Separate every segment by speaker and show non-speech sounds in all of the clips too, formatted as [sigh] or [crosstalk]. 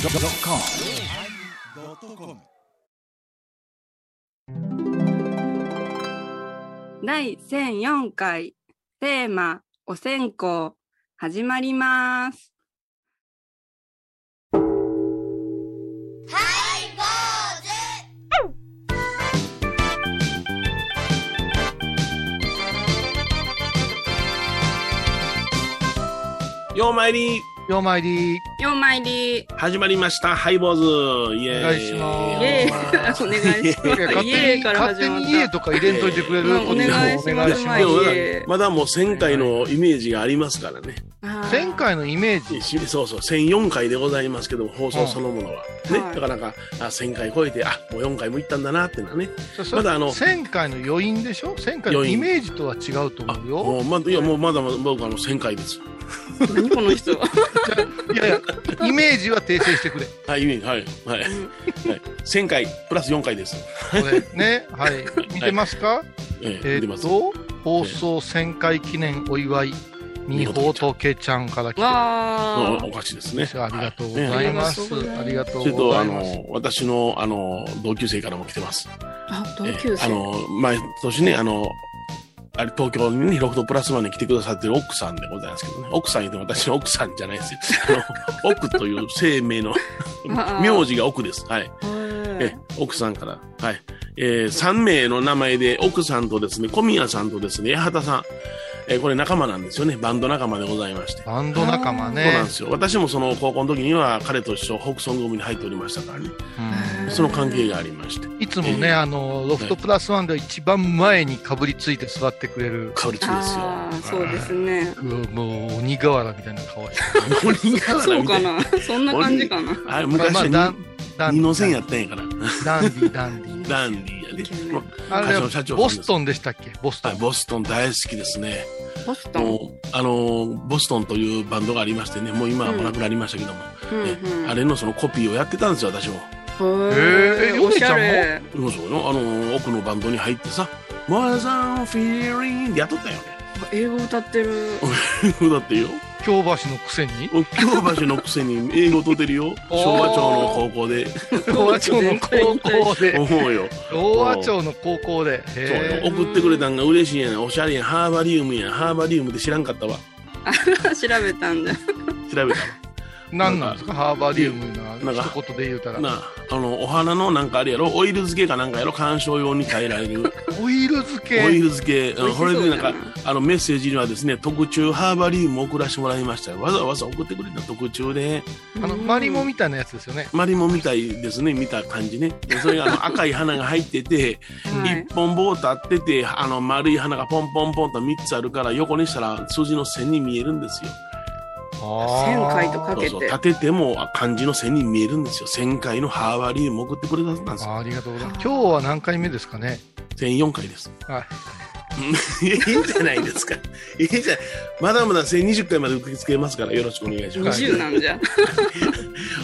Speaker 1: yosmir
Speaker 2: 第1004回テーマ「お線香」始まります。
Speaker 3: ようまいり
Speaker 4: ようまいり
Speaker 2: よまいり
Speaker 3: 始まりましたハイボーズイエーイ
Speaker 4: お願いしま
Speaker 2: イ
Speaker 4: す
Speaker 2: エーイお願いし
Speaker 4: いや
Speaker 2: ま
Speaker 4: 勝
Speaker 2: す。イ
Speaker 4: 手
Speaker 2: エーイ
Speaker 4: に
Speaker 2: から
Speaker 4: 勝
Speaker 2: 始
Speaker 4: 手
Speaker 2: まっ
Speaker 4: に家
Speaker 2: た。
Speaker 4: とか入れんといてくれる
Speaker 2: うん
Speaker 4: こっち
Speaker 2: お
Speaker 4: の
Speaker 2: 願いします
Speaker 4: お
Speaker 2: まあ
Speaker 4: 願
Speaker 3: でもまだ
Speaker 2: いえいえ
Speaker 3: まだもう1000回のイメージがありますからね
Speaker 2: あー
Speaker 4: 前回のイメージ
Speaker 3: しそうそう1004回でございますけども放送そのものは、ね、
Speaker 2: はい
Speaker 3: なかなかあ1000回超えてあもう4回も行ったんだなっていうのはね
Speaker 4: そ
Speaker 3: まだあの
Speaker 4: 前回の余韻でしょ前回の
Speaker 3: 余韻
Speaker 4: イメージとは違うと
Speaker 3: あ
Speaker 4: 思う
Speaker 3: も
Speaker 4: よ
Speaker 3: うまいやもうまだまだ僕あの1000回です
Speaker 2: 何この人は。
Speaker 4: いやい [laughs] やイメージは訂正してくれ
Speaker 3: はいイメージはいはい、はい、1000回プラス4回です、
Speaker 4: これねはい見てますか
Speaker 3: ええ
Speaker 4: え
Speaker 3: 出
Speaker 4: ー
Speaker 3: ま
Speaker 4: っ
Speaker 3: す
Speaker 4: と放送1000回記念お祝いみほとけちゃんから来て
Speaker 2: わ
Speaker 3: うんお
Speaker 2: ー
Speaker 3: かしいですね
Speaker 4: ありがとうございます
Speaker 2: ね
Speaker 4: ありがと
Speaker 3: そうれ
Speaker 4: ご
Speaker 3: と
Speaker 4: ざ
Speaker 3: あ
Speaker 4: います
Speaker 3: の私のあの同級生からも来てます
Speaker 2: あ同
Speaker 3: え
Speaker 2: 級
Speaker 3: あ
Speaker 2: 生。
Speaker 3: の毎年ねあのあれ東京にねロフトプラスワンに来てくださってる奥さんでございますけどね奥さん言うても私の奥さんじゃないですよ
Speaker 2: [laughs]
Speaker 3: あの奥という生命の
Speaker 2: ああ
Speaker 3: 名字が奥ですはい
Speaker 2: は
Speaker 3: え
Speaker 2: い
Speaker 3: 奥さんからはい、え3名の名前で奥さんとですね小宮さんとですね八幡さん、えーこれ仲間なんですよねバンド仲間でございまして、
Speaker 4: バンド仲間
Speaker 3: そうな
Speaker 4: ね
Speaker 3: んですよ私もその高校の時には彼と一緒北村組に入っておりましたからね
Speaker 4: うん
Speaker 3: その関係がありまして
Speaker 4: いつも
Speaker 3: え
Speaker 4: ね、
Speaker 3: え
Speaker 4: あの、ロフトプラスワンでは一番前にかぶりついて座ってくれる、
Speaker 3: かぶりつきですよ
Speaker 2: あーそうですね。
Speaker 4: うわもう鬼瓦みたいな顔して。
Speaker 3: 鬼瓦みた
Speaker 2: そ
Speaker 3: いう
Speaker 2: かな。
Speaker 3: [laughs]
Speaker 2: そんな感じかな。
Speaker 3: あれ昔はに、
Speaker 4: ダンダン
Speaker 3: 二
Speaker 4: デ
Speaker 3: の
Speaker 4: ィ
Speaker 3: 線やったんやから。
Speaker 4: ダンディ、ダンディ。
Speaker 3: ダンディ
Speaker 2: イケメ
Speaker 3: ーや
Speaker 2: ン
Speaker 3: ね。
Speaker 4: あれ
Speaker 3: 会社の社長さん
Speaker 4: ボ
Speaker 3: です
Speaker 4: ストンでしたっけボスト
Speaker 3: はい、
Speaker 4: ン。
Speaker 3: ボストン大好きですね。
Speaker 2: ボストン。
Speaker 3: もう、あのー、ボストンというバンドがありましてね、もう今はもうなくなりましたけども、
Speaker 2: うんうん
Speaker 3: ねあれのそのコピーをやってたんですよ、私も。
Speaker 4: えー
Speaker 2: へーおしゃれ。
Speaker 3: そうそうよ、あのー、奥のバンドに入ってさ、More than feeling でやっとったよね。 [laughs]
Speaker 2: 英語歌ってる。
Speaker 3: だってよ、
Speaker 4: 京橋のく
Speaker 3: [laughs]
Speaker 4: せに
Speaker 3: 京橋のくせに英語とてるよ、
Speaker 4: [laughs] おー
Speaker 3: 昭和町の高校
Speaker 4: [laughs]
Speaker 3: で。
Speaker 4: 昭和町の高校で。
Speaker 3: 思うよ。
Speaker 4: 昭和町の高校で。
Speaker 3: そうよ。
Speaker 4: へ
Speaker 3: 送ってくれたんが嬉しいやん。おしゃれやん。ハーバリウムやん。ハーバリウムって知らんかったわ。
Speaker 2: 調べた
Speaker 3: [laughs]
Speaker 2: んだ。
Speaker 3: 調べたわ。
Speaker 4: え。なんなんですかハーバリウムな
Speaker 3: なんか
Speaker 4: 一言で言うたら。
Speaker 3: なああのお花のなんかあれやろオイル漬けかなんかやろ鑑賞用に変えられる
Speaker 4: オイル漬
Speaker 3: オイ
Speaker 4: け。
Speaker 3: ル漬け
Speaker 2: 美味し
Speaker 3: うん
Speaker 2: そ
Speaker 3: こ
Speaker 2: う
Speaker 3: れ
Speaker 2: だな
Speaker 3: でなんかあのメッセージにはですね特注ハーバリウムを送らせてもらいましたよわざわざ送ってくれた特注で
Speaker 4: あの、マリモみたいなやつですよね。
Speaker 3: マリモみたいですね見た感じねでそれがあ
Speaker 2: [laughs]
Speaker 3: の赤い花が入ってて
Speaker 2: はい
Speaker 3: 一本棒立っててあの丸い花がポンポンポンと3つあるから横にしたら数字の線に見えるんですよ
Speaker 2: 1000回とか
Speaker 3: そう
Speaker 2: けて
Speaker 3: そう立ててもあ漢字の線に見えるんですよ1000回のハーバリウム送ってくれたんですよ
Speaker 4: あーありがとうございます。今日は何回目ですかね
Speaker 3: 1004回です
Speaker 4: はい。
Speaker 3: いいじゃないですか。いいじゃん。まだまだ1020回まで受け付けますから、よろしくお願いします。
Speaker 2: 20なんじゃ。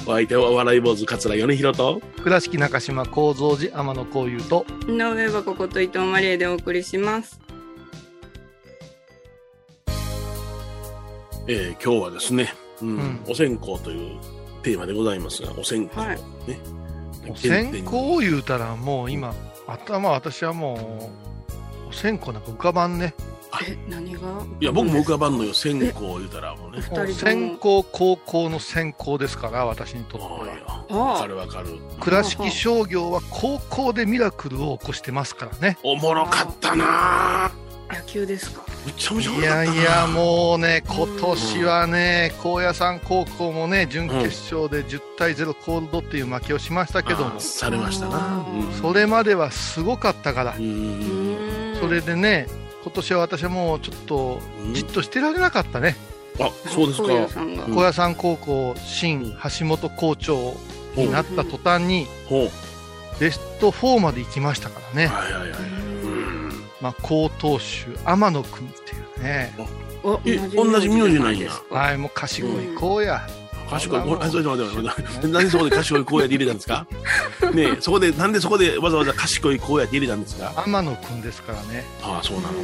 Speaker 3: お相手はお笑い坊主、桂米広と。
Speaker 4: 倉敷中島幸三寺天野幸雄と
Speaker 2: 井上はここと伊藤マリエでお送りします。
Speaker 3: えー、今日はですね、うん
Speaker 4: うん
Speaker 3: お線香というテーマでございますが、お線香、
Speaker 2: はい
Speaker 3: ね。
Speaker 4: お線香
Speaker 3: 原
Speaker 4: を言うたらもう今頭私はもうお線香なんか浮かばんね
Speaker 2: え、何が
Speaker 3: 点にいや、僕も浮かばんのよ、線香言うたらもうね。
Speaker 2: 二人とも
Speaker 4: 線香高校の線香ですから私にとって
Speaker 3: そう
Speaker 4: は
Speaker 3: よ。
Speaker 2: ああ
Speaker 3: わかるわかる。
Speaker 4: 倉敷商業は高校でミラクルを起こしてますからね
Speaker 3: おもろかったなぁ。
Speaker 2: 野球ですか。
Speaker 3: むちゃむちゃおも
Speaker 4: い
Speaker 3: ろか
Speaker 4: や
Speaker 3: ったなぁ
Speaker 4: いやもうね今年はね高野山高校もね準決勝で10対0コールドっていう負けをしましたけど
Speaker 3: あー
Speaker 4: も
Speaker 3: されましたな。うん
Speaker 4: それまではすごかったから
Speaker 3: うん。
Speaker 2: そ
Speaker 4: それでね今年は私はもうちょっとじっとしてられなかったね
Speaker 3: あ、そうですか。
Speaker 2: さんが。
Speaker 3: うん
Speaker 4: 小屋さん高校新橋本校長になった途端に
Speaker 3: ほう。
Speaker 4: ベスト4まで行きましたからね、
Speaker 3: はいはいはい。うん
Speaker 4: まあ、高投手天野君っていうね、
Speaker 2: お
Speaker 3: え同じ名字なんや
Speaker 4: はい、もう賢い高野、
Speaker 3: 賢い、これ、あ、ちょっと待って待って待って、なんでそこで賢い荒野って入れたんですか。ねえ、そこで、なんでそこでわざわざ賢い荒野って入れたんですか。
Speaker 4: 天野君ですからね
Speaker 3: ああ、そうなの。うん。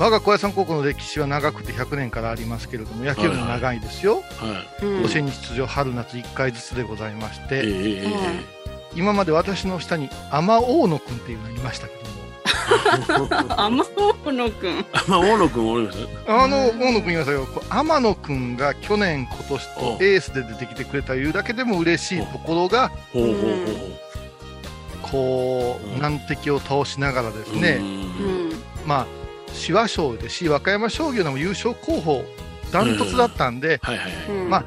Speaker 4: 我が高野山高校の歴史は長くて100年からありますけれども野球部も長いですよ、
Speaker 3: はい。
Speaker 2: うん
Speaker 4: 甲子園に出場春夏1回ずつでございまし
Speaker 3: え
Speaker 4: て、
Speaker 3: ええええ
Speaker 4: 今まで私の下に天大野君っていうのがいましたけども
Speaker 2: 天野くん。
Speaker 3: えまあ、大野君おりましたね。
Speaker 4: あの大野君いましたよこう天野君が去年今年と
Speaker 3: お
Speaker 4: エースで出てきてくれたいうだけでも嬉しいところが
Speaker 3: ほうほうほうほ
Speaker 4: こ
Speaker 3: う
Speaker 4: うん難敵を倒しながらです
Speaker 3: う。う
Speaker 4: ね、
Speaker 3: ん。
Speaker 4: まあ紫波賞でし和歌山商業でも優勝候補ダントツだったんで、
Speaker 3: はいはいはい。
Speaker 4: ま
Speaker 2: あ
Speaker 4: あ、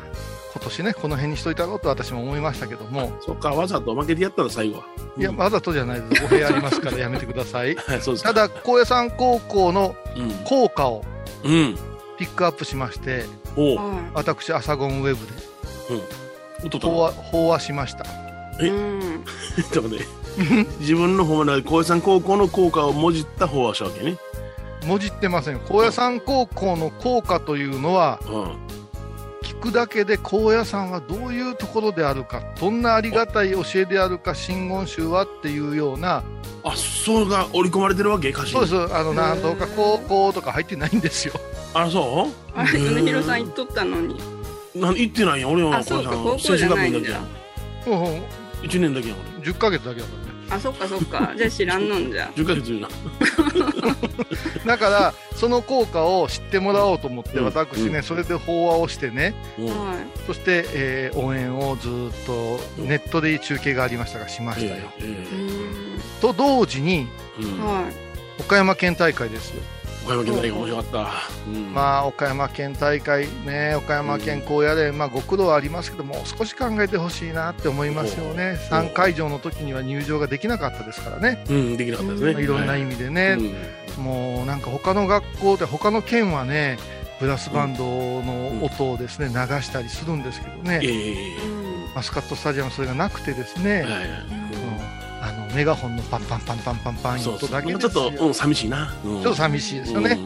Speaker 4: 今年ねこの辺にしといたろうと私も思いましたけども、
Speaker 3: そっか、わざと負けてやったら最後は。
Speaker 4: いや
Speaker 3: うん
Speaker 4: わざとじゃないです語弊ありますからやめてくださ
Speaker 3: [laughs]
Speaker 4: い
Speaker 3: はい、そうです
Speaker 4: た
Speaker 3: か。
Speaker 4: だ高野山高校の
Speaker 3: うん。
Speaker 4: 校歌を
Speaker 3: うん。
Speaker 4: ピックアップしまして
Speaker 3: おう。
Speaker 2: は
Speaker 4: 私アサゴンウェブで
Speaker 3: おっとっ
Speaker 4: 飽
Speaker 3: と。
Speaker 4: 和飽和しました
Speaker 2: い。
Speaker 3: え
Speaker 2: うん。
Speaker 3: ちょっと待って自分の方まで、高野山高校の校歌をもじった方はしたわけね。
Speaker 4: もじってません高野山高校の校歌というのは
Speaker 3: うん。
Speaker 4: 聞くだけで高野山はどういうところであるかどんなありがたい教えであるか真言宗はっていうような
Speaker 3: あ、そうが織り込まれてるわけ歌詞に
Speaker 4: そうですあの
Speaker 2: へー
Speaker 4: なんとか高校とか入ってないんですよ
Speaker 3: あ、そ
Speaker 2: あれ、梅広さん言っとったのに。
Speaker 3: うなん行ってないよ、俺は。
Speaker 2: あそうか
Speaker 3: 高野
Speaker 2: 高校
Speaker 3: 山
Speaker 2: じゃないんだ
Speaker 3: 専修学院だ
Speaker 4: も
Speaker 3: けや
Speaker 4: う
Speaker 3: ん。1年だけやん、
Speaker 4: 10ヶ月だけだからね
Speaker 2: あ、そっかそっか。じゃあ知らんのんじゃ。
Speaker 3: 俺。10ヶ月いるな。
Speaker 4: だからその効果を知ってもらおうと思って
Speaker 3: うん
Speaker 4: 私ね、
Speaker 3: うん
Speaker 4: それで法話をしてね
Speaker 3: うん。
Speaker 2: は
Speaker 4: そして、えー応援をずーっとネットで中継がありましたがしましたよ、
Speaker 3: ええ
Speaker 2: い。う
Speaker 3: え
Speaker 2: ん。
Speaker 4: と同時に
Speaker 3: えうん。
Speaker 2: はい。
Speaker 4: 岡山県大会ですよ
Speaker 3: 岡山県大学面白かった。うん。
Speaker 4: まあ岡山県大会ね岡山県高野連、まあ、ご苦労はありますけどもう少し考えてほしいなって思いますよね
Speaker 3: おう
Speaker 4: 3会場の時には入場ができなかったですからね、
Speaker 3: うん、できなかったです
Speaker 2: う
Speaker 4: ま
Speaker 3: ね。
Speaker 4: あいろんな意味でね、
Speaker 3: うん
Speaker 4: もうなんか他の学校で他の県はねブラスバンドの音をですね流したりするんですけどね、
Speaker 3: えええええ
Speaker 4: マスカットスタジアムそれがなくてですね、
Speaker 3: えはい
Speaker 4: うんあのメガホンのパンパンパンパンパンパンいう
Speaker 3: そう
Speaker 4: 音
Speaker 3: そう
Speaker 4: だけ
Speaker 3: まあ
Speaker 4: です
Speaker 3: ちょ
Speaker 4: よ
Speaker 3: っと、うん、寂しいな。ちょ
Speaker 4: ちょっと寂しいですよね、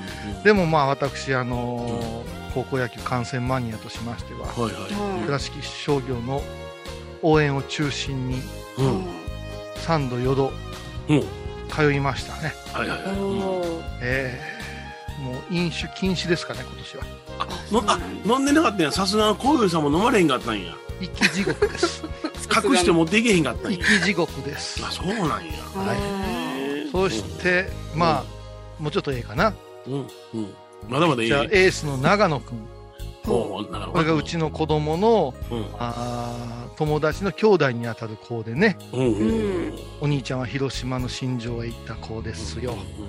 Speaker 4: でもまあ私、あのー高校野球観戦マニアとしましては
Speaker 3: はいは
Speaker 4: 倉敷商業の応援を中心に
Speaker 3: い。うん。
Speaker 4: 3度4度
Speaker 3: うん。
Speaker 4: 通いましたね、
Speaker 3: はいはいはい。うん
Speaker 2: お
Speaker 4: えーもう飲酒禁止ですかね今年は
Speaker 3: のあ、飲んでなかったんや。さすがの小泉さんも飲まれへんかったんや。
Speaker 4: 生き地獄です
Speaker 3: [laughs] 隠して。持っていけへんかったん
Speaker 4: 生
Speaker 3: や。
Speaker 4: き地獄です
Speaker 3: あ、そうなんや。
Speaker 2: はい。
Speaker 4: そして、まあもうちょっとええかな
Speaker 3: うん、うん。うん。まだまだいい
Speaker 4: じゃあ。エースの長野君
Speaker 3: おうなるほど
Speaker 4: これがうちの子供の
Speaker 3: うん。
Speaker 4: あー友達の兄弟にあたる子でね
Speaker 3: うん。うん。
Speaker 4: お兄ちゃんは広島の新庄へ行った子ですよ、
Speaker 3: うん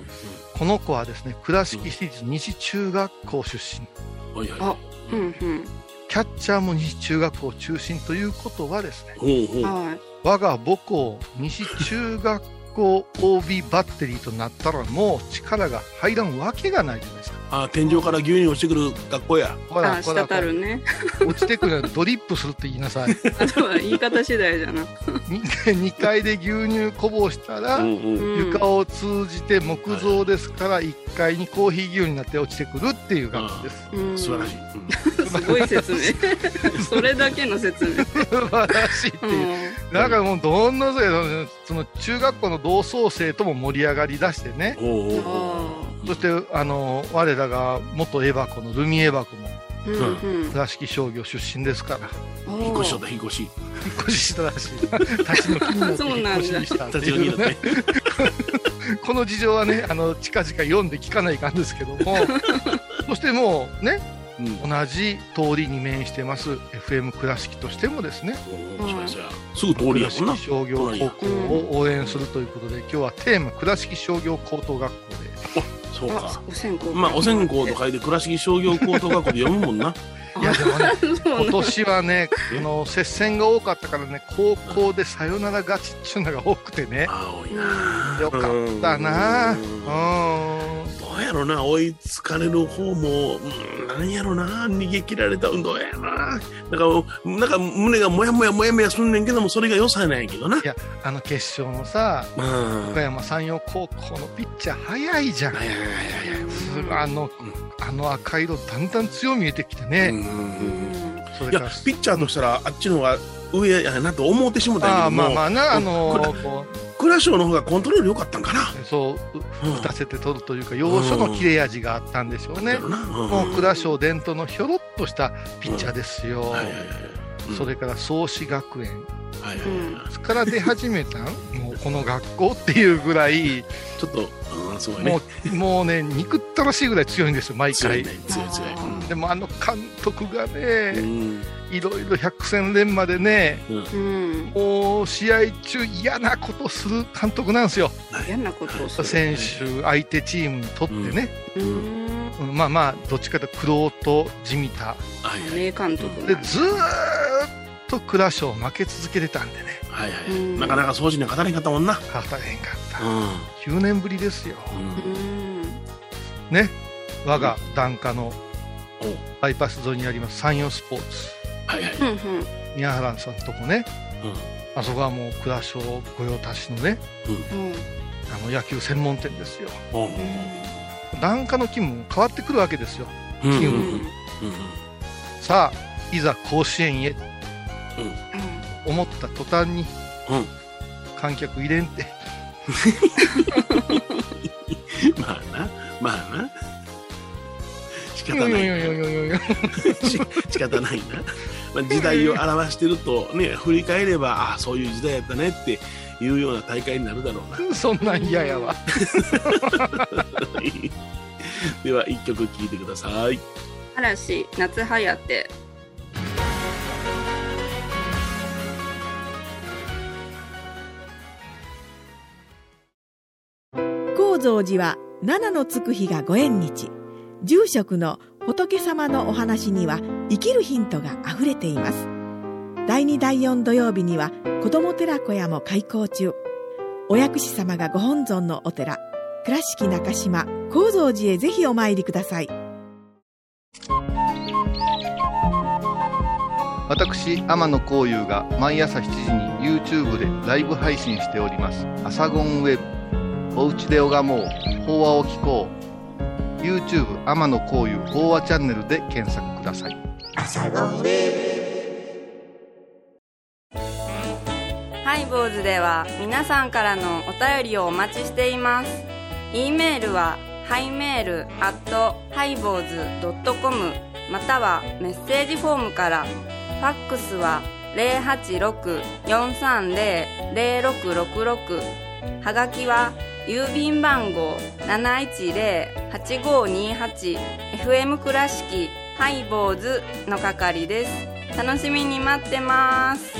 Speaker 4: この子はですね倉敷市立西中学校出身
Speaker 3: うんはいはい。
Speaker 2: あうんうん。
Speaker 4: キャッチャーも西中学校中心ということはですね
Speaker 3: ほうほう。
Speaker 2: はい。
Speaker 4: 我が母校西中学校 OB バッテリーとなったらもう力が入らんわけがないじゃないですか
Speaker 3: あ、天井から牛乳落ちてくる学校や。
Speaker 4: ほ
Speaker 2: あ、
Speaker 4: らほら
Speaker 2: 滴
Speaker 4: ほら
Speaker 2: るね。
Speaker 4: 落ちてくるのドリップするって言いな
Speaker 2: [laughs]
Speaker 4: さい
Speaker 2: あとは言い方次第じゃな。
Speaker 4: 2階で牛乳こぼしたら、
Speaker 3: んう
Speaker 2: うん
Speaker 4: 床を通じて木造ですから1階にコーヒー牛乳になって落ちてくるっていう感じです。
Speaker 2: うん
Speaker 3: 素晴らしい。
Speaker 2: すごい説明。それだけの説明。
Speaker 4: 素晴らしいって
Speaker 2: う
Speaker 4: いう。
Speaker 2: ん
Speaker 4: なんかもうどんなそのその中学校の同窓生とも盛り上がりだしてね。
Speaker 2: [laughs]
Speaker 3: ほうほうほ
Speaker 2: あ
Speaker 3: う。
Speaker 4: そしてあの我らが元エバコのルミエバコも
Speaker 2: ーうんうん
Speaker 4: 倉敷商業出身ですから
Speaker 3: 引っ
Speaker 2: お
Speaker 3: 越しとっ
Speaker 2: ー
Speaker 3: た、引っ越し。
Speaker 4: 引っ越ししたらしい。立ち退きになって
Speaker 2: そう
Speaker 4: 引
Speaker 2: なんだ
Speaker 4: っ越ししたって
Speaker 3: 立ち
Speaker 4: い
Speaker 3: 寄りだ
Speaker 4: う
Speaker 3: っ
Speaker 4: ね。
Speaker 3: て。
Speaker 4: この事情はねあの近々読んで聞かないかんですけども。そしてもうね
Speaker 3: うん。
Speaker 4: 同じ通りに面してます FM 倉敷としてもですね
Speaker 3: おーそうやそうやすぐ通りや
Speaker 4: 倉
Speaker 3: もんな
Speaker 4: 敷。商業高校を応援するということで今日はテーマ倉敷商業高等学校
Speaker 3: そうか
Speaker 2: あ。お線香。
Speaker 3: まあ、お線香と書いて倉敷商業高等学校で読むもんな。
Speaker 4: でいやでもね
Speaker 2: そう
Speaker 4: 今
Speaker 2: な。
Speaker 4: 年はねあの接戦が多かったからね高校でサヨナラ勝ちっていうのが多くてね
Speaker 3: 青いなあ。
Speaker 4: よかったなあう
Speaker 3: うん
Speaker 4: ーん
Speaker 3: どうやろな、追いつかれる方も、うんなんやろな、逃げ切られた、どうやろな。なんか、なんか胸がもやもやもやもやすんねんけども、それが良さなんやけどな。
Speaker 4: いやあの決勝のさ
Speaker 3: うん。
Speaker 4: 岡山山陽高校のピッチャー早いじゃん
Speaker 3: はいはいはいはい
Speaker 4: あのあの赤色だんだん強み見えてきてね、
Speaker 3: うん
Speaker 4: それ
Speaker 3: いや
Speaker 4: から、
Speaker 3: ピッチャーとしたら、あっちの方が上やなと思うてしもたんや
Speaker 4: あ
Speaker 3: け
Speaker 4: あ
Speaker 3: ども。
Speaker 4: まあまあなあ
Speaker 3: こ
Speaker 4: の
Speaker 3: れ
Speaker 4: こう
Speaker 3: 倉賞の方がコントロール良かったんかな。
Speaker 4: そう、
Speaker 3: うん
Speaker 4: 打たせて取るというか、要所の切れ味があったんでしょうね。
Speaker 3: な
Speaker 4: もう
Speaker 3: うん
Speaker 4: 倉賞伝統のひょろっとしたピッチャーですよ。
Speaker 3: はいはいはいうん
Speaker 4: それから創志学園
Speaker 3: はいはいはいはい
Speaker 4: から出始めたんもうこの学校っていうぐらい、
Speaker 3: ちょっと、うん、すごいね
Speaker 4: も。うもうね、憎ったらしいぐらい強いんですよ、毎
Speaker 3: 強
Speaker 4: 回
Speaker 3: い。ね、強い強い。
Speaker 4: でもあの監督が
Speaker 3: う
Speaker 4: ね、
Speaker 3: ん
Speaker 4: いろいろ百戦錬磨でね、
Speaker 2: うん。
Speaker 4: もう試合中、嫌なことする監督なんですよ、
Speaker 2: 嫌なことをする。
Speaker 4: 選手、相手チームにとってね、
Speaker 2: うーん。
Speaker 4: うんまあまあ、どっちかというと、玄人地味た、
Speaker 3: はいはい
Speaker 2: 名監督
Speaker 4: で
Speaker 2: なんだ
Speaker 4: ずーっと倉賞負け続けてたんでね、
Speaker 3: はいは
Speaker 2: う
Speaker 3: い。
Speaker 2: ん
Speaker 3: なかなか掃除には語れんかったもんな。
Speaker 4: 勝たへんかった、
Speaker 3: う
Speaker 4: 9年ぶりですよ、
Speaker 3: ん。うん
Speaker 2: うー
Speaker 4: ね、我が檀家の
Speaker 3: お
Speaker 4: バイパス沿いにあります、山陽スポーツ、
Speaker 3: はいはい。
Speaker 2: ん。ふん
Speaker 4: 宮原さんとこね、あそこはもう倉賞御用達のね、
Speaker 2: ふん。うん
Speaker 4: あの野球専門店ですよ。
Speaker 3: うん。うん
Speaker 4: 檀家の勤務も変わってくるわけですよ
Speaker 3: うん
Speaker 4: チ
Speaker 3: う
Speaker 4: ー
Speaker 3: んう
Speaker 4: ム
Speaker 3: ん
Speaker 4: さあいざ甲子園へ
Speaker 2: う
Speaker 4: 思った途端に、
Speaker 3: うん
Speaker 4: 観客入れんって
Speaker 3: まあな、まあな。仕
Speaker 4: い
Speaker 3: 方ないな。
Speaker 4: やいや
Speaker 3: し仕方ないな。まあ、時代を表してると、ね、振り返れば、ああ、そういう時代やったねっていうような大会になるだろうな。
Speaker 4: [laughs] そんなん嫌 [laughs] やわ
Speaker 3: では、一曲聴いてください。
Speaker 2: 嵐夏颯
Speaker 1: 高蔵寺は七のつく日がご縁日住職の仏様のお話には生きるヒントがあふれています第2第4土曜日には子ども寺小屋も開校中お薬師様がご本尊のお寺倉敷中島・高蔵寺へぜひお参りください
Speaker 4: 私天野幸雄が毎朝7時に YouTube でライブ配信しております「アサゴンウェブ」「おうちで拝もう法話を聞こう」YouTube 天野幸雄法話チャンネルで検索ください
Speaker 2: ハイボーズでは皆さんからのお便りをお待ちしています。e メールはハイメールアットハイボーズドットコムまたはメッセージフォームから。ファックスは086-430-0666はがきは郵便番号710-8528 FM 倉敷ハイボーズの係です。楽しみに待ってます。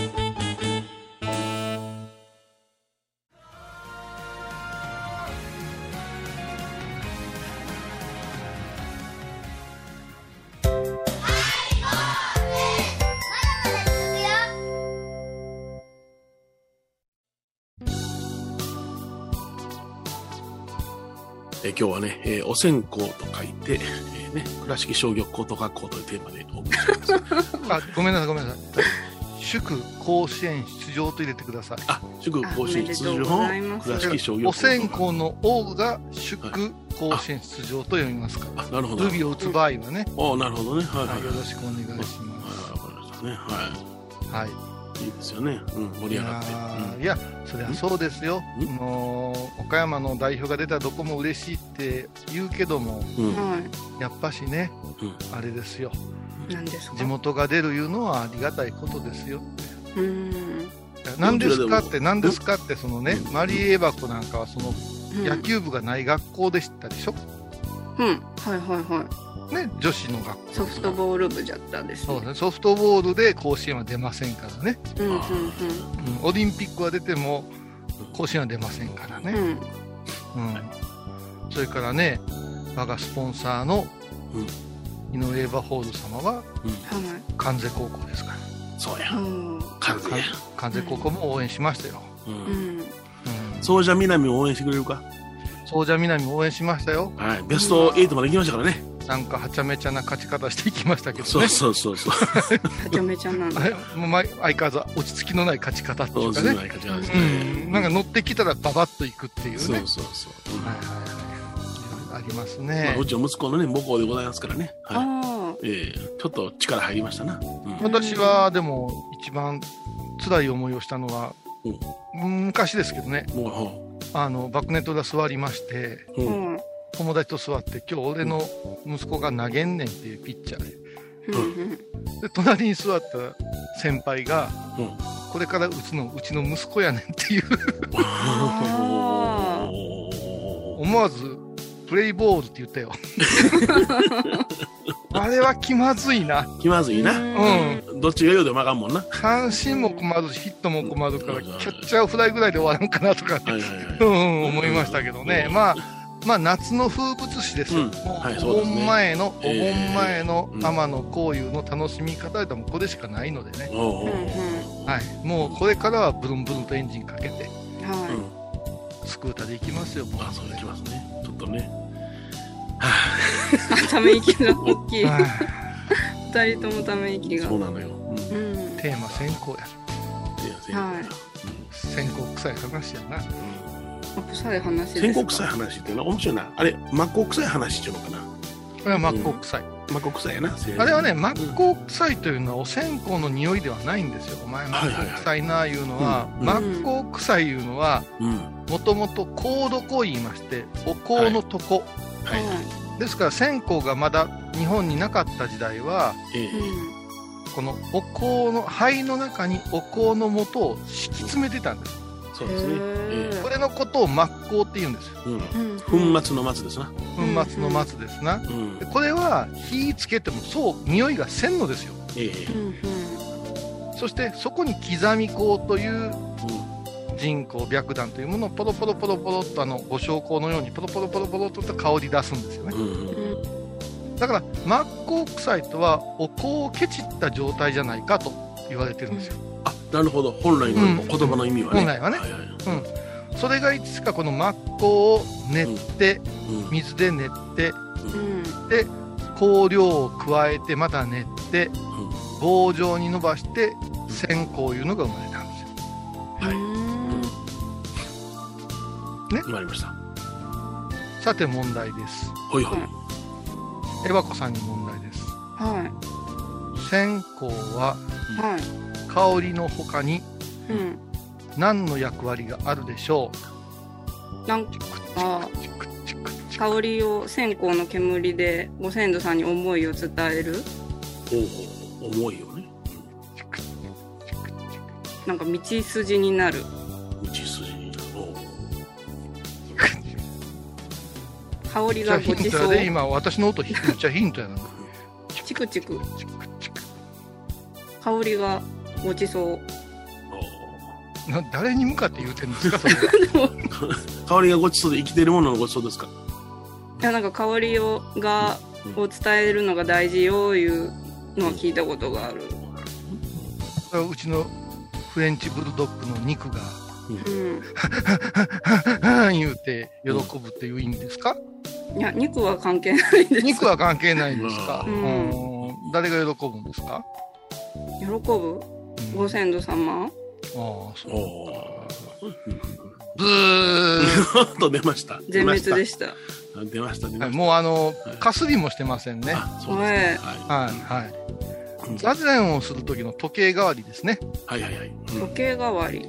Speaker 3: えー今日はね、えーお線香と書いて、えーね、倉敷商業高等学校というテーマでお送りしております。
Speaker 4: あごめんなさいごめんなさい祝甲子園出場と入れてください
Speaker 3: あ、祝甲子園出場
Speaker 2: あおめでとうござい
Speaker 3: の
Speaker 2: ます
Speaker 3: 倉敷商業
Speaker 4: お線香の王が祝甲子園出場と読みますか。
Speaker 3: あ、なるほど
Speaker 4: ル。ビを打つ場合はね、
Speaker 3: あなるほどね。はいは
Speaker 4: はいい、
Speaker 3: は
Speaker 4: よ
Speaker 3: い。
Speaker 4: ろしくお願いしま
Speaker 3: はい、わかりましたね。は
Speaker 4: す。はい。
Speaker 3: い。いいですよね。うん、盛り上がって。
Speaker 4: やーいや、そりゃそうですよ。
Speaker 3: ん
Speaker 4: あのー岡山の代表が出たらどこも嬉しいって言うけども、
Speaker 3: うん。うん。
Speaker 2: はい
Speaker 4: やっぱしね、
Speaker 3: うん
Speaker 4: あれですよ。
Speaker 2: なんですか
Speaker 4: 地元が出るいうのはありがたいことですよ。
Speaker 2: うーん
Speaker 4: 何ですかって、何ですかって、そのね、マリーエバコなんかはその
Speaker 2: うん
Speaker 4: 野球部がない学校でしたでしょ。
Speaker 2: うんはいはいは
Speaker 4: ね、女子の学校。
Speaker 2: いソフトボール部じゃったです
Speaker 4: そうね、ソフトボールで甲子園は出ませんからね。
Speaker 2: うんうん
Speaker 4: うんオリンピックは出ても甲子園は出ませんから
Speaker 2: うんう
Speaker 4: ね、
Speaker 2: ん
Speaker 4: うん、それからね我がスポンサーの井上エバホール様は
Speaker 2: はい
Speaker 4: 関西高校ですから
Speaker 3: そう
Speaker 2: う
Speaker 3: や。
Speaker 2: ん
Speaker 3: 完全や。
Speaker 4: 関西高校も応援しましたよ、
Speaker 3: う。
Speaker 2: うんん
Speaker 4: うん、
Speaker 3: そうじゃ南を応援してくれるか。
Speaker 4: そうじゃ南も応援しましたよ
Speaker 3: はい。ベスト8まで行きましたからね。
Speaker 4: なんかはちゃめちゃな勝ち方していきましたけど
Speaker 3: そう
Speaker 4: ね
Speaker 3: そうそうそう。
Speaker 2: はちゃめちゃなんだ
Speaker 4: はいもう前相変わらず落ち着きのない勝ち方ってい
Speaker 3: そうう
Speaker 4: か
Speaker 3: じゃ
Speaker 4: ね
Speaker 3: ない感じなんです
Speaker 4: う
Speaker 3: ね。
Speaker 4: ん、なんか乗ってきたらババッといくっていうね
Speaker 3: そうそうそう。うん
Speaker 4: はいはいはい、あります
Speaker 3: ま
Speaker 4: ね
Speaker 3: あ、うちの息子のね、母校でございますからね。はい。
Speaker 2: あ
Speaker 3: えーちょっと力入りましたな。うん
Speaker 2: ん
Speaker 4: 私はでも一番辛い思いをしたのは
Speaker 3: う
Speaker 4: 昔ですけどね、
Speaker 3: もうは
Speaker 4: あのバックネット裏座りまして、
Speaker 3: い、
Speaker 2: う
Speaker 3: うん
Speaker 2: ん。
Speaker 4: 友達と座って、今日俺の息子が投げんねんっていうピッチャーで、
Speaker 2: うん
Speaker 4: で隣に座った先輩が、
Speaker 3: うん
Speaker 4: これから打つのうちの息子やねんっていう、
Speaker 2: あ
Speaker 4: 思わずプレイボールって言っ
Speaker 3: [laughs]
Speaker 4: たよ。あれは気まずいな。
Speaker 3: [laughs] 気まずいな、
Speaker 4: うん。
Speaker 3: どっちが言うでもあかんもんな。
Speaker 4: 三振も困るし、ヒットも困るから、キャッチャーフライぐらいで終わらんかなとか、
Speaker 3: はいはいは
Speaker 4: [laughs] う
Speaker 3: い。
Speaker 4: んうん、思いましたけどね。まあ、まあ、夏の風物詩ですよ。
Speaker 3: うん
Speaker 4: も
Speaker 3: はいうそう
Speaker 4: お
Speaker 3: ですね
Speaker 4: 盆前の、お
Speaker 3: えー
Speaker 4: 盆前の
Speaker 3: うん
Speaker 4: 天野幸雄の楽しみ方でもこれしかないのでね。
Speaker 3: おうお
Speaker 2: うん
Speaker 3: う
Speaker 2: うん
Speaker 4: はい。もうこれからはブルンブルンとエンジンかけて、
Speaker 3: う
Speaker 2: は
Speaker 3: ん
Speaker 4: スクーターで行きますよ、僕
Speaker 3: ま
Speaker 4: は
Speaker 3: あ、そう
Speaker 4: ね
Speaker 3: いきますね。ちょっとね。
Speaker 2: い。ため息が大きい。
Speaker 4: はい
Speaker 2: 二人ともため息が。
Speaker 3: そううなのよ。う
Speaker 2: ん。
Speaker 3: ん。い
Speaker 4: テーマ先行や。
Speaker 3: やせや
Speaker 2: はい
Speaker 4: 先行臭い話やな。
Speaker 2: あ臭い話ですか。
Speaker 3: 戦国臭い話ってな、面白いな。あれ、真っ向臭い話っていうのかな。
Speaker 4: これは真っ向臭い。
Speaker 3: 真っ向臭いやな。
Speaker 4: あれはね、真っ向臭いというのはお線香の匂いではないんですよ。お前真っ向臭いなあいうのは、
Speaker 3: うん
Speaker 4: 真っ向臭いいうのは、
Speaker 3: うん。
Speaker 4: もともと香床言いまして、お香の床。
Speaker 3: はい。
Speaker 4: ですから線香がまだ日本になかった時代は、
Speaker 3: え
Speaker 2: うん。
Speaker 3: え
Speaker 4: このお香の灰の中にお香の元を敷き詰めてたんです。
Speaker 3: そうですね。
Speaker 2: へえ
Speaker 3: え
Speaker 4: これのことを真っ向って言うんですよ。
Speaker 3: えうん
Speaker 2: うん。
Speaker 3: 粉末の末ですな。
Speaker 2: うん
Speaker 4: 粉末の末ですな。
Speaker 3: うん
Speaker 4: で。これは火つけてもそう匂いがせんのですよ。
Speaker 3: ええ
Speaker 2: うんうん。
Speaker 4: そしてそこに刻み香という
Speaker 3: うん
Speaker 4: 人工白檀というものをポロポロポロポロっとあのご焼香のようにポロポロポロポロっと香り出すんですよね
Speaker 3: うんうん
Speaker 4: だからマッコウクサイとはお香をけちった状態じゃないかと言われてるんですよ
Speaker 3: あ、なるほど。本来の言葉の意味はね。
Speaker 4: 本来は
Speaker 3: い
Speaker 4: ね
Speaker 3: いい
Speaker 4: それがいつかこのマッコウを練って
Speaker 3: うん
Speaker 4: 水で練って
Speaker 2: うん。
Speaker 4: 香料を加えてまた練って
Speaker 3: うん
Speaker 4: 棒状に伸ばして線香いうのが生まれたんですよ
Speaker 3: はい
Speaker 4: ね
Speaker 3: 決まりました。
Speaker 4: さて問題です
Speaker 3: ほいほい。
Speaker 4: エバ子さんに問題です
Speaker 2: は
Speaker 4: 線香はい
Speaker 2: はい。
Speaker 4: 香りの他に
Speaker 2: うん。
Speaker 4: 何の役割があるでしょう
Speaker 2: なんか香りを線香の煙でご先祖さんに思いを伝える。
Speaker 3: ほうほう重いよね。
Speaker 2: なんか道筋になる。
Speaker 3: うん道筋に。ほうほう
Speaker 2: 香り
Speaker 4: じゃ
Speaker 2: が
Speaker 4: あヒ
Speaker 2: ごち
Speaker 4: ント
Speaker 2: そ
Speaker 4: や
Speaker 2: う。
Speaker 4: で今私の音ひっちゃヒントやな
Speaker 2: チクチク。香りがごちそう。
Speaker 4: な誰に向かって言うてんですかそれ
Speaker 3: 香りがごちそうで生きてるもののごちそうですか。
Speaker 2: いやなんか香りをがを伝えるのが大事よいうのは聞いたことがある。
Speaker 4: うちのフレンチブルドッグの肉が
Speaker 2: う
Speaker 4: [laughs]
Speaker 2: ん。
Speaker 4: 「言うて喜ぶっていう意味ですか
Speaker 2: いや肉は関係ないです。
Speaker 4: 肉は関係ないんですか、
Speaker 2: う
Speaker 4: うんん、誰が喜ぶんですか、
Speaker 2: 喜ぶ
Speaker 4: うん、
Speaker 2: ご
Speaker 4: あ
Speaker 2: 先祖様。
Speaker 4: あそう
Speaker 3: おお。[laughs]
Speaker 4: ブー
Speaker 3: ちょっと出ました。
Speaker 2: 全滅で
Speaker 3: し
Speaker 2: した。
Speaker 3: た。出ました。出ました。
Speaker 4: はいもうあの
Speaker 3: い
Speaker 4: かすりもしてませんねは
Speaker 3: あ、そうですね。
Speaker 4: い
Speaker 3: は
Speaker 4: はい
Speaker 3: い。うん
Speaker 4: 座禅をする時の時計代わりですね
Speaker 3: はいはいはい。うん
Speaker 2: 時計代わり。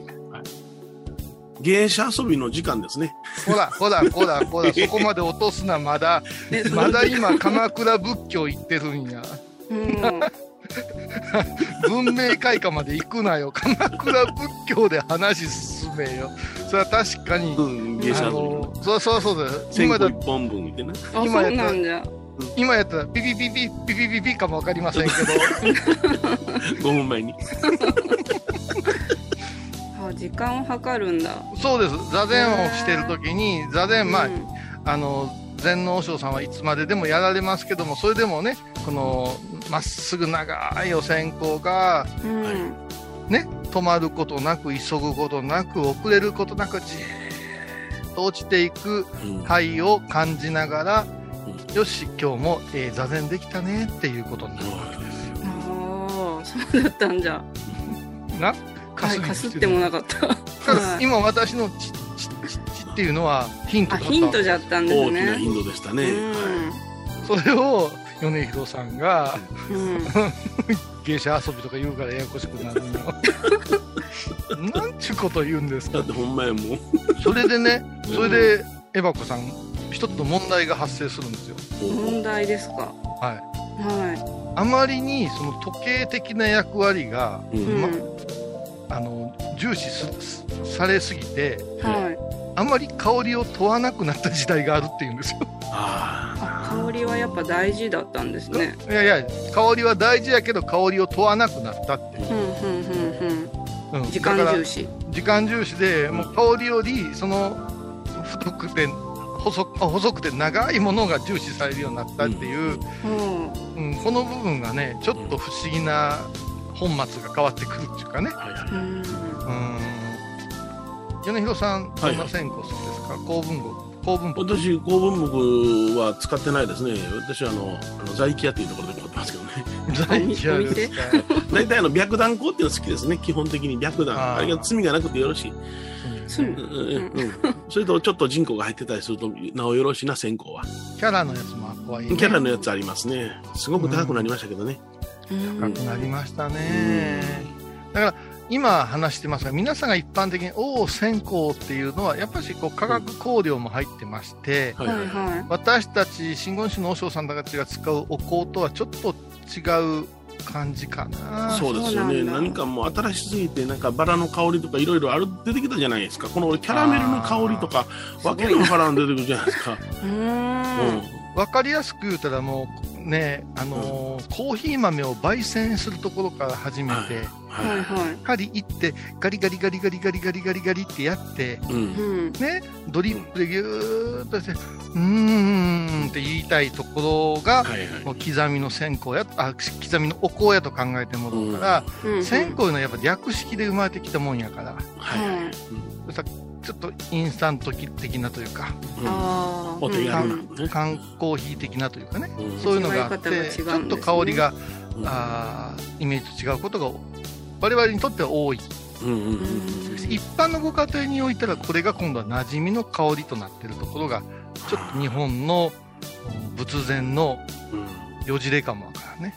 Speaker 3: 芸者遊びの時間ですね。
Speaker 4: ほらほらほらほらそこまで落とすなま
Speaker 2: [laughs]
Speaker 4: だ
Speaker 2: ね
Speaker 4: まだ今鎌倉仏教行ってるんや
Speaker 2: うん。
Speaker 4: 文明開化まで行くなよ鎌倉仏教で話進めよそれは確かに、
Speaker 3: うん、芸者遊
Speaker 4: あ
Speaker 3: び
Speaker 4: の
Speaker 3: の。
Speaker 4: そうそうそうだよ
Speaker 3: 千
Speaker 4: 今
Speaker 3: 個
Speaker 4: だ
Speaker 3: 一本分みたい
Speaker 4: [laughs]
Speaker 3: な。
Speaker 2: あ、
Speaker 4: 今やっ
Speaker 2: そう
Speaker 4: た
Speaker 2: なんじゃ。
Speaker 4: 今やったらピピピピピピピピかもわかりませんけど
Speaker 3: 5分前に。
Speaker 2: あ、時間を測るんだ。
Speaker 4: そうです座禅をしてる時に座禅まあ、
Speaker 2: うん
Speaker 4: あの禅の和尚さんはいつまででもやられますけどもそれでもねこのまっすぐ長いお線香が
Speaker 2: うん
Speaker 3: はい
Speaker 4: ね、止まることなく、急ぐことなく、遅れることなく、じーっと落ちていく
Speaker 3: うん
Speaker 4: 灰を感じながら、
Speaker 3: う
Speaker 4: よし、今日も、えー座禅できたねっていうことになるわけですよ。
Speaker 2: ああ、そうだったんじゃ。
Speaker 4: な、
Speaker 2: かす,、
Speaker 4: り
Speaker 2: か
Speaker 4: も
Speaker 2: すっ
Speaker 4: してる
Speaker 2: もなかった。
Speaker 4: ただ
Speaker 2: はい
Speaker 4: 今私のチッチッチッチッっていうのはヒント
Speaker 2: あ、
Speaker 4: だった。
Speaker 2: ヒントじゃったんです
Speaker 3: 大きな
Speaker 2: ね。
Speaker 3: 頻度でしたね。
Speaker 2: うん
Speaker 3: は
Speaker 4: それを
Speaker 5: 米広さんが
Speaker 2: うん
Speaker 5: 芸者遊びとか言うからややこしくなるのなんちゅうこと言うんです
Speaker 3: だ
Speaker 5: か
Speaker 3: ってほんまやもう。
Speaker 4: それでね、それで、エバコさん、一つの問題が発生するんですよ。
Speaker 2: 問題ですか
Speaker 5: は
Speaker 2: は
Speaker 4: あまりに、その時計的な役割が、
Speaker 3: う
Speaker 2: い、
Speaker 3: ん
Speaker 2: うん
Speaker 4: まあの、重視すすされすぎて、
Speaker 2: はい
Speaker 4: あまり香りを問わなくなった時代があるっていうんですよ。
Speaker 3: あ
Speaker 2: あ香りはやっぱ大事だったんですね
Speaker 4: [laughs] いやいや、香りは大事やけど、香りを問わなくなったっていう。
Speaker 2: ふんふんふんふん
Speaker 4: うん
Speaker 2: 時間
Speaker 4: だから
Speaker 2: 重視
Speaker 4: 時間重視で、もう香りより、その、太くて、細くあ細くて長いものが重視されるようになったっていう、
Speaker 2: うん
Speaker 4: うん、この部分がねちょっと不思議な本末が変わってくるっていうかね
Speaker 3: あ。はいは
Speaker 2: う
Speaker 3: い。
Speaker 2: ん
Speaker 4: うん米広さんど
Speaker 3: はい
Speaker 4: んな線香好きですか公文語公文簿
Speaker 3: 私、公文木は使ってないですね。私はあの、あの在木屋っていうところで買ってますけどね。
Speaker 4: 大事やですか
Speaker 3: [laughs] 大体あの、白弾香っていうの好きですね。基本的に白弾。
Speaker 4: あー
Speaker 3: あれが罪がなくてよろしい。
Speaker 2: そう
Speaker 3: うんうんうん。それとちょっと人口が入ってたりすると、なおよろしいな、線香は。
Speaker 4: キャラのやつも怖い
Speaker 3: キャラのやつありますね。すごく高くなりましたけどね。
Speaker 2: うん
Speaker 4: 高くなりましたねだから今話してますが皆さんが一般的に「おお線香」っていうのはやっぱりこう化学香料も入ってまして
Speaker 3: はい
Speaker 2: はい
Speaker 3: は。
Speaker 2: は
Speaker 4: 私たち真言宗の和尚さんたちが使うお香とはちょっと違う感じかない
Speaker 3: そうですよ
Speaker 2: そ
Speaker 3: ね。
Speaker 2: うなんだ
Speaker 3: 何かもう新しすぎて、なんかバラの香りとかいろいろある出てきたじゃないですか。このキャラメルの香りとか、わけのわからん出てくるじゃないですか。
Speaker 2: いうーん
Speaker 4: わかりやすく言うたらもうね、あのーコーヒー豆を焙煎するところから始め
Speaker 3: う
Speaker 4: て、
Speaker 3: ん。
Speaker 2: はい
Speaker 3: は
Speaker 2: は
Speaker 4: 針行ってガリガリガリガリガリガリガリガリってやって
Speaker 3: い。うん
Speaker 2: い。うん
Speaker 4: ねドリップでギューっとしてうーんって言いたいところが、
Speaker 3: はい
Speaker 4: も
Speaker 3: は
Speaker 4: う刻みの線香やあ刻みのお香やと考えてもらうから、
Speaker 2: うん
Speaker 4: 線香いうのはやっぱ略式で生まれてきたもんやから
Speaker 3: い。はい。
Speaker 2: はい
Speaker 3: うん
Speaker 4: ちょっとインスタント的なというか
Speaker 3: うん
Speaker 2: あー
Speaker 3: お手軽な
Speaker 2: う
Speaker 3: の
Speaker 2: ん
Speaker 3: ね。
Speaker 4: 缶コーヒー的なというかね
Speaker 3: うん
Speaker 4: そういうのがあって、
Speaker 2: 味わい方が違うんです
Speaker 4: ち
Speaker 2: ね
Speaker 4: ょっと香りが
Speaker 3: うん
Speaker 4: あーイメージと違うことが我々にとっては多い
Speaker 3: うんうんうん
Speaker 4: 一般のご家庭においたらこれが今度は馴染みの香りとなってるところがちょっと日本の仏前のよじれかもわからんね、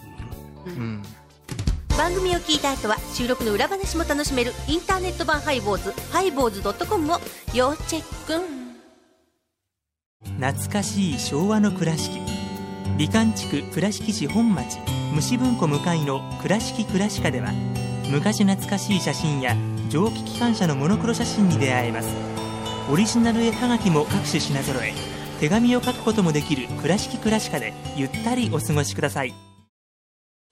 Speaker 4: うん、
Speaker 6: 番組を聞いた後は収録の裏話も楽しめるインターネット版ハイボーズハイボーズドットコムを要チェック
Speaker 7: 懐かしい昭和の倉敷美観地区倉敷市本町虫文庫向かいの「倉敷倉歯科」では昔懐かしい写真や蒸気機関車のモノクロ写真に出会えますオリジナル絵はがきも各種品揃え手紙を書くこともできる「倉敷倉歯科」でゆったりお過ごしください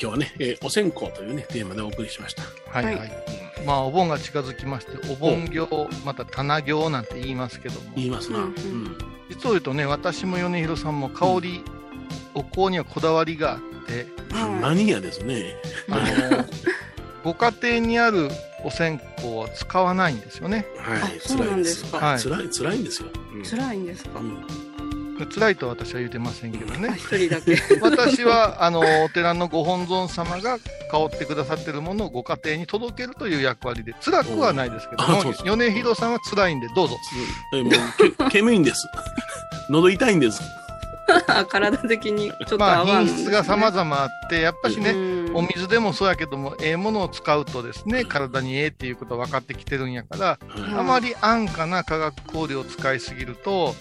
Speaker 3: 今日はね、えーお線香というね、テーマでお送りしました。
Speaker 4: はいはい、まあお盆が近づきましてお盆行また棚行なんて言いますけども
Speaker 3: 言いますな。う
Speaker 2: うんうん
Speaker 3: ん。
Speaker 4: 実を言うとね私も米広さんも香り、お香にはこだわりがあって
Speaker 3: [laughs]
Speaker 2: は
Speaker 3: マニアですね。
Speaker 4: あのご家庭にあるお線香は使わないんですよね
Speaker 3: はい。
Speaker 2: あそうなんですか
Speaker 3: 辛いです辛い、辛いんですよ。うん
Speaker 2: い辛いんですか
Speaker 3: うん
Speaker 4: 辛いとは私は言うてませんけど
Speaker 2: あ
Speaker 4: ね
Speaker 2: 一人
Speaker 4: [laughs]
Speaker 2: だけ
Speaker 4: 私はあのお寺のご本尊様が香ってくださってるものをご家庭に届けるという役割で辛くはないですけど
Speaker 3: おうあ
Speaker 4: も
Speaker 3: そうそう
Speaker 4: 米広さんは辛いんでどうぞ
Speaker 3: えもうけ [laughs] 煙いんです。喉痛いんです。
Speaker 2: [laughs] 体的にちょっと
Speaker 4: ま
Speaker 2: 合
Speaker 4: あ
Speaker 2: わんの
Speaker 4: 品
Speaker 2: です
Speaker 4: 質
Speaker 2: ね
Speaker 4: が様々あってやっぱしね、
Speaker 2: うん
Speaker 4: お水でもそうやけどもええものを使うとですね体にええっていうことは分かってきてるんやから
Speaker 3: はい。
Speaker 2: うん
Speaker 4: あまり安価な化学香料を使いすぎると
Speaker 3: はい。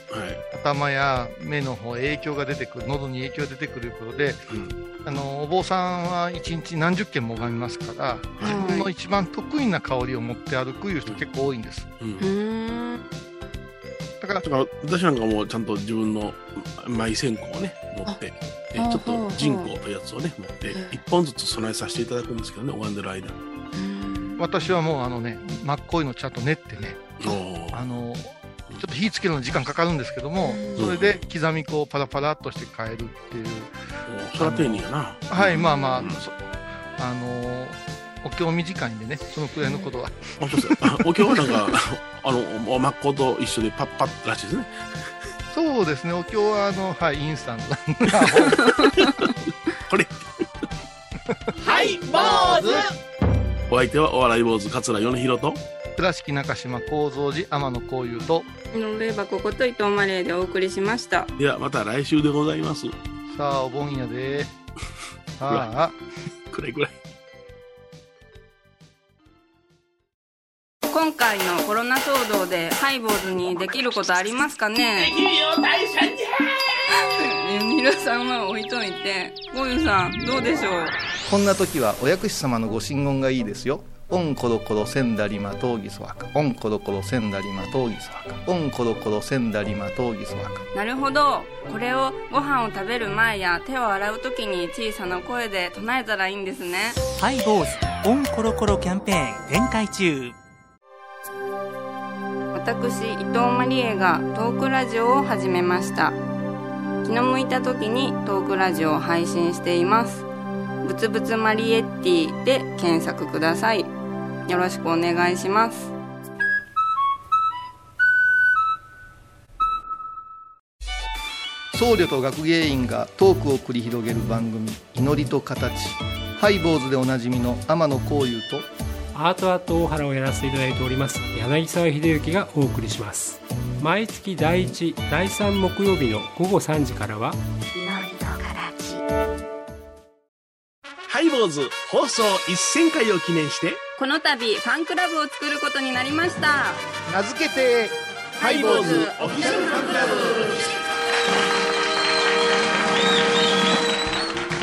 Speaker 4: 頭や目の方影響が出てくる喉に影響が出てくることで
Speaker 3: うん
Speaker 4: あのお坊さんは一日何十件も拝みますから
Speaker 2: はい
Speaker 4: 自分の一番得意な香りを持って歩くいう人結構多いんです
Speaker 3: うん
Speaker 2: うーん
Speaker 4: だから
Speaker 3: だから私なんかもうちゃんと自分のマイ線香をね持ってえち
Speaker 2: あ
Speaker 3: ょっ
Speaker 2: ほうほ
Speaker 3: と
Speaker 2: う
Speaker 3: 人工というやつをね持って
Speaker 2: うん
Speaker 3: 一本ずつ備えさせていただくんですけどね拝んでる間
Speaker 4: 私はもうあのね真っこいのちゃんと練ってね
Speaker 3: おー
Speaker 4: あの
Speaker 5: ちょっと火つけるのに時間かかるんですけども、それで刻み粉をパラパラっとして変えるっていう。
Speaker 3: それは丁寧やな
Speaker 5: はい、まあまあ、そあのーお経短いんでね、そのくらいのことは。
Speaker 3: お経はなんか、 [laughs] あの、おまっこと一緒でパッパッらしいですね。
Speaker 5: そうですね、お経は、あの、はい、インスタントなんで
Speaker 3: これ。
Speaker 8: はい坊主
Speaker 3: お相手はお笑い坊主桂米広と。
Speaker 5: 倉敷中島幸三寺天野幸雄と。
Speaker 2: のればここと伊藤マレーでお送りしました。
Speaker 3: ではまた来週でございます。
Speaker 5: さあ、お盆やで。さあ、
Speaker 3: くらいくらい。
Speaker 2: 今回のコロナ騒動でハイボーズにできることありますかね [laughs] 皆さんは置いといてゴユさんどうでしょう
Speaker 4: こんな時はお薬師様のご神言がいいですよ。オンコロコロセンダリマトーギソワカ。オンコロコロセンダリマトーギソワカ。オンコロコロセンダリマトーギソワカ。
Speaker 2: なるほどこれをご飯を食べる前や手を洗う時に小さな声で唱えたらいいんですね
Speaker 7: ハイボーズオンコロコロキャンペーン展開中
Speaker 2: 私伊藤マリエがトークラジオを始めました気の向いた時にトークラジオを配信していますぶつぶつマリエッティで検索くださいよろしくお願いします
Speaker 4: 僧侶と学芸員がトークを繰り広げる番組「祈りと形」ハイ坊主でおなじみの天野幸雄と
Speaker 9: アートアート大原をやらせていただいております柳沢秀幸がお送りします毎月第1第3木曜日の午後3時からは
Speaker 3: ハイボーズ放送1000回を記念して、
Speaker 2: この度ファンクラブを作ることになりました
Speaker 10: 名付けて
Speaker 2: ハイボーズ
Speaker 8: オフィシャルファンクラ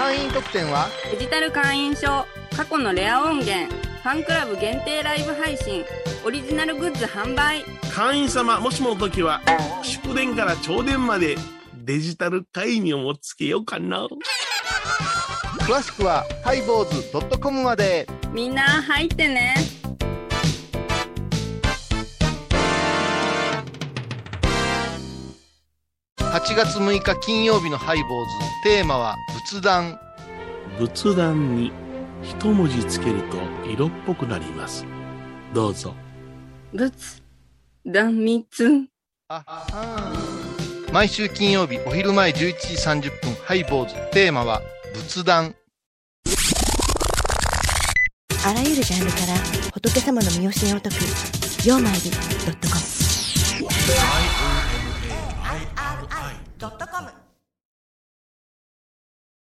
Speaker 4: 会員特典は
Speaker 2: デジタル会員証過去のレア音源ファンクラブ限定ライブ配信オリジナルグッズ販売
Speaker 3: 会員様もしもの時は、祝電から朝電までデジタル会議をもつけようかな。
Speaker 4: 詳しくはハイボーズ .com まで
Speaker 2: みんな入ってね
Speaker 4: 8月6日金曜日のハイボーズテーマは仏壇
Speaker 3: 仏壇に一文字つけると色っぽくなります。どうぞ。
Speaker 2: 仏壇三つ
Speaker 4: 毎週金曜日お昼前11時30分ハイボーズテーマは仏壇
Speaker 11: あらゆるジャンルから仏様の身教えを解く「曜マイルドットコム」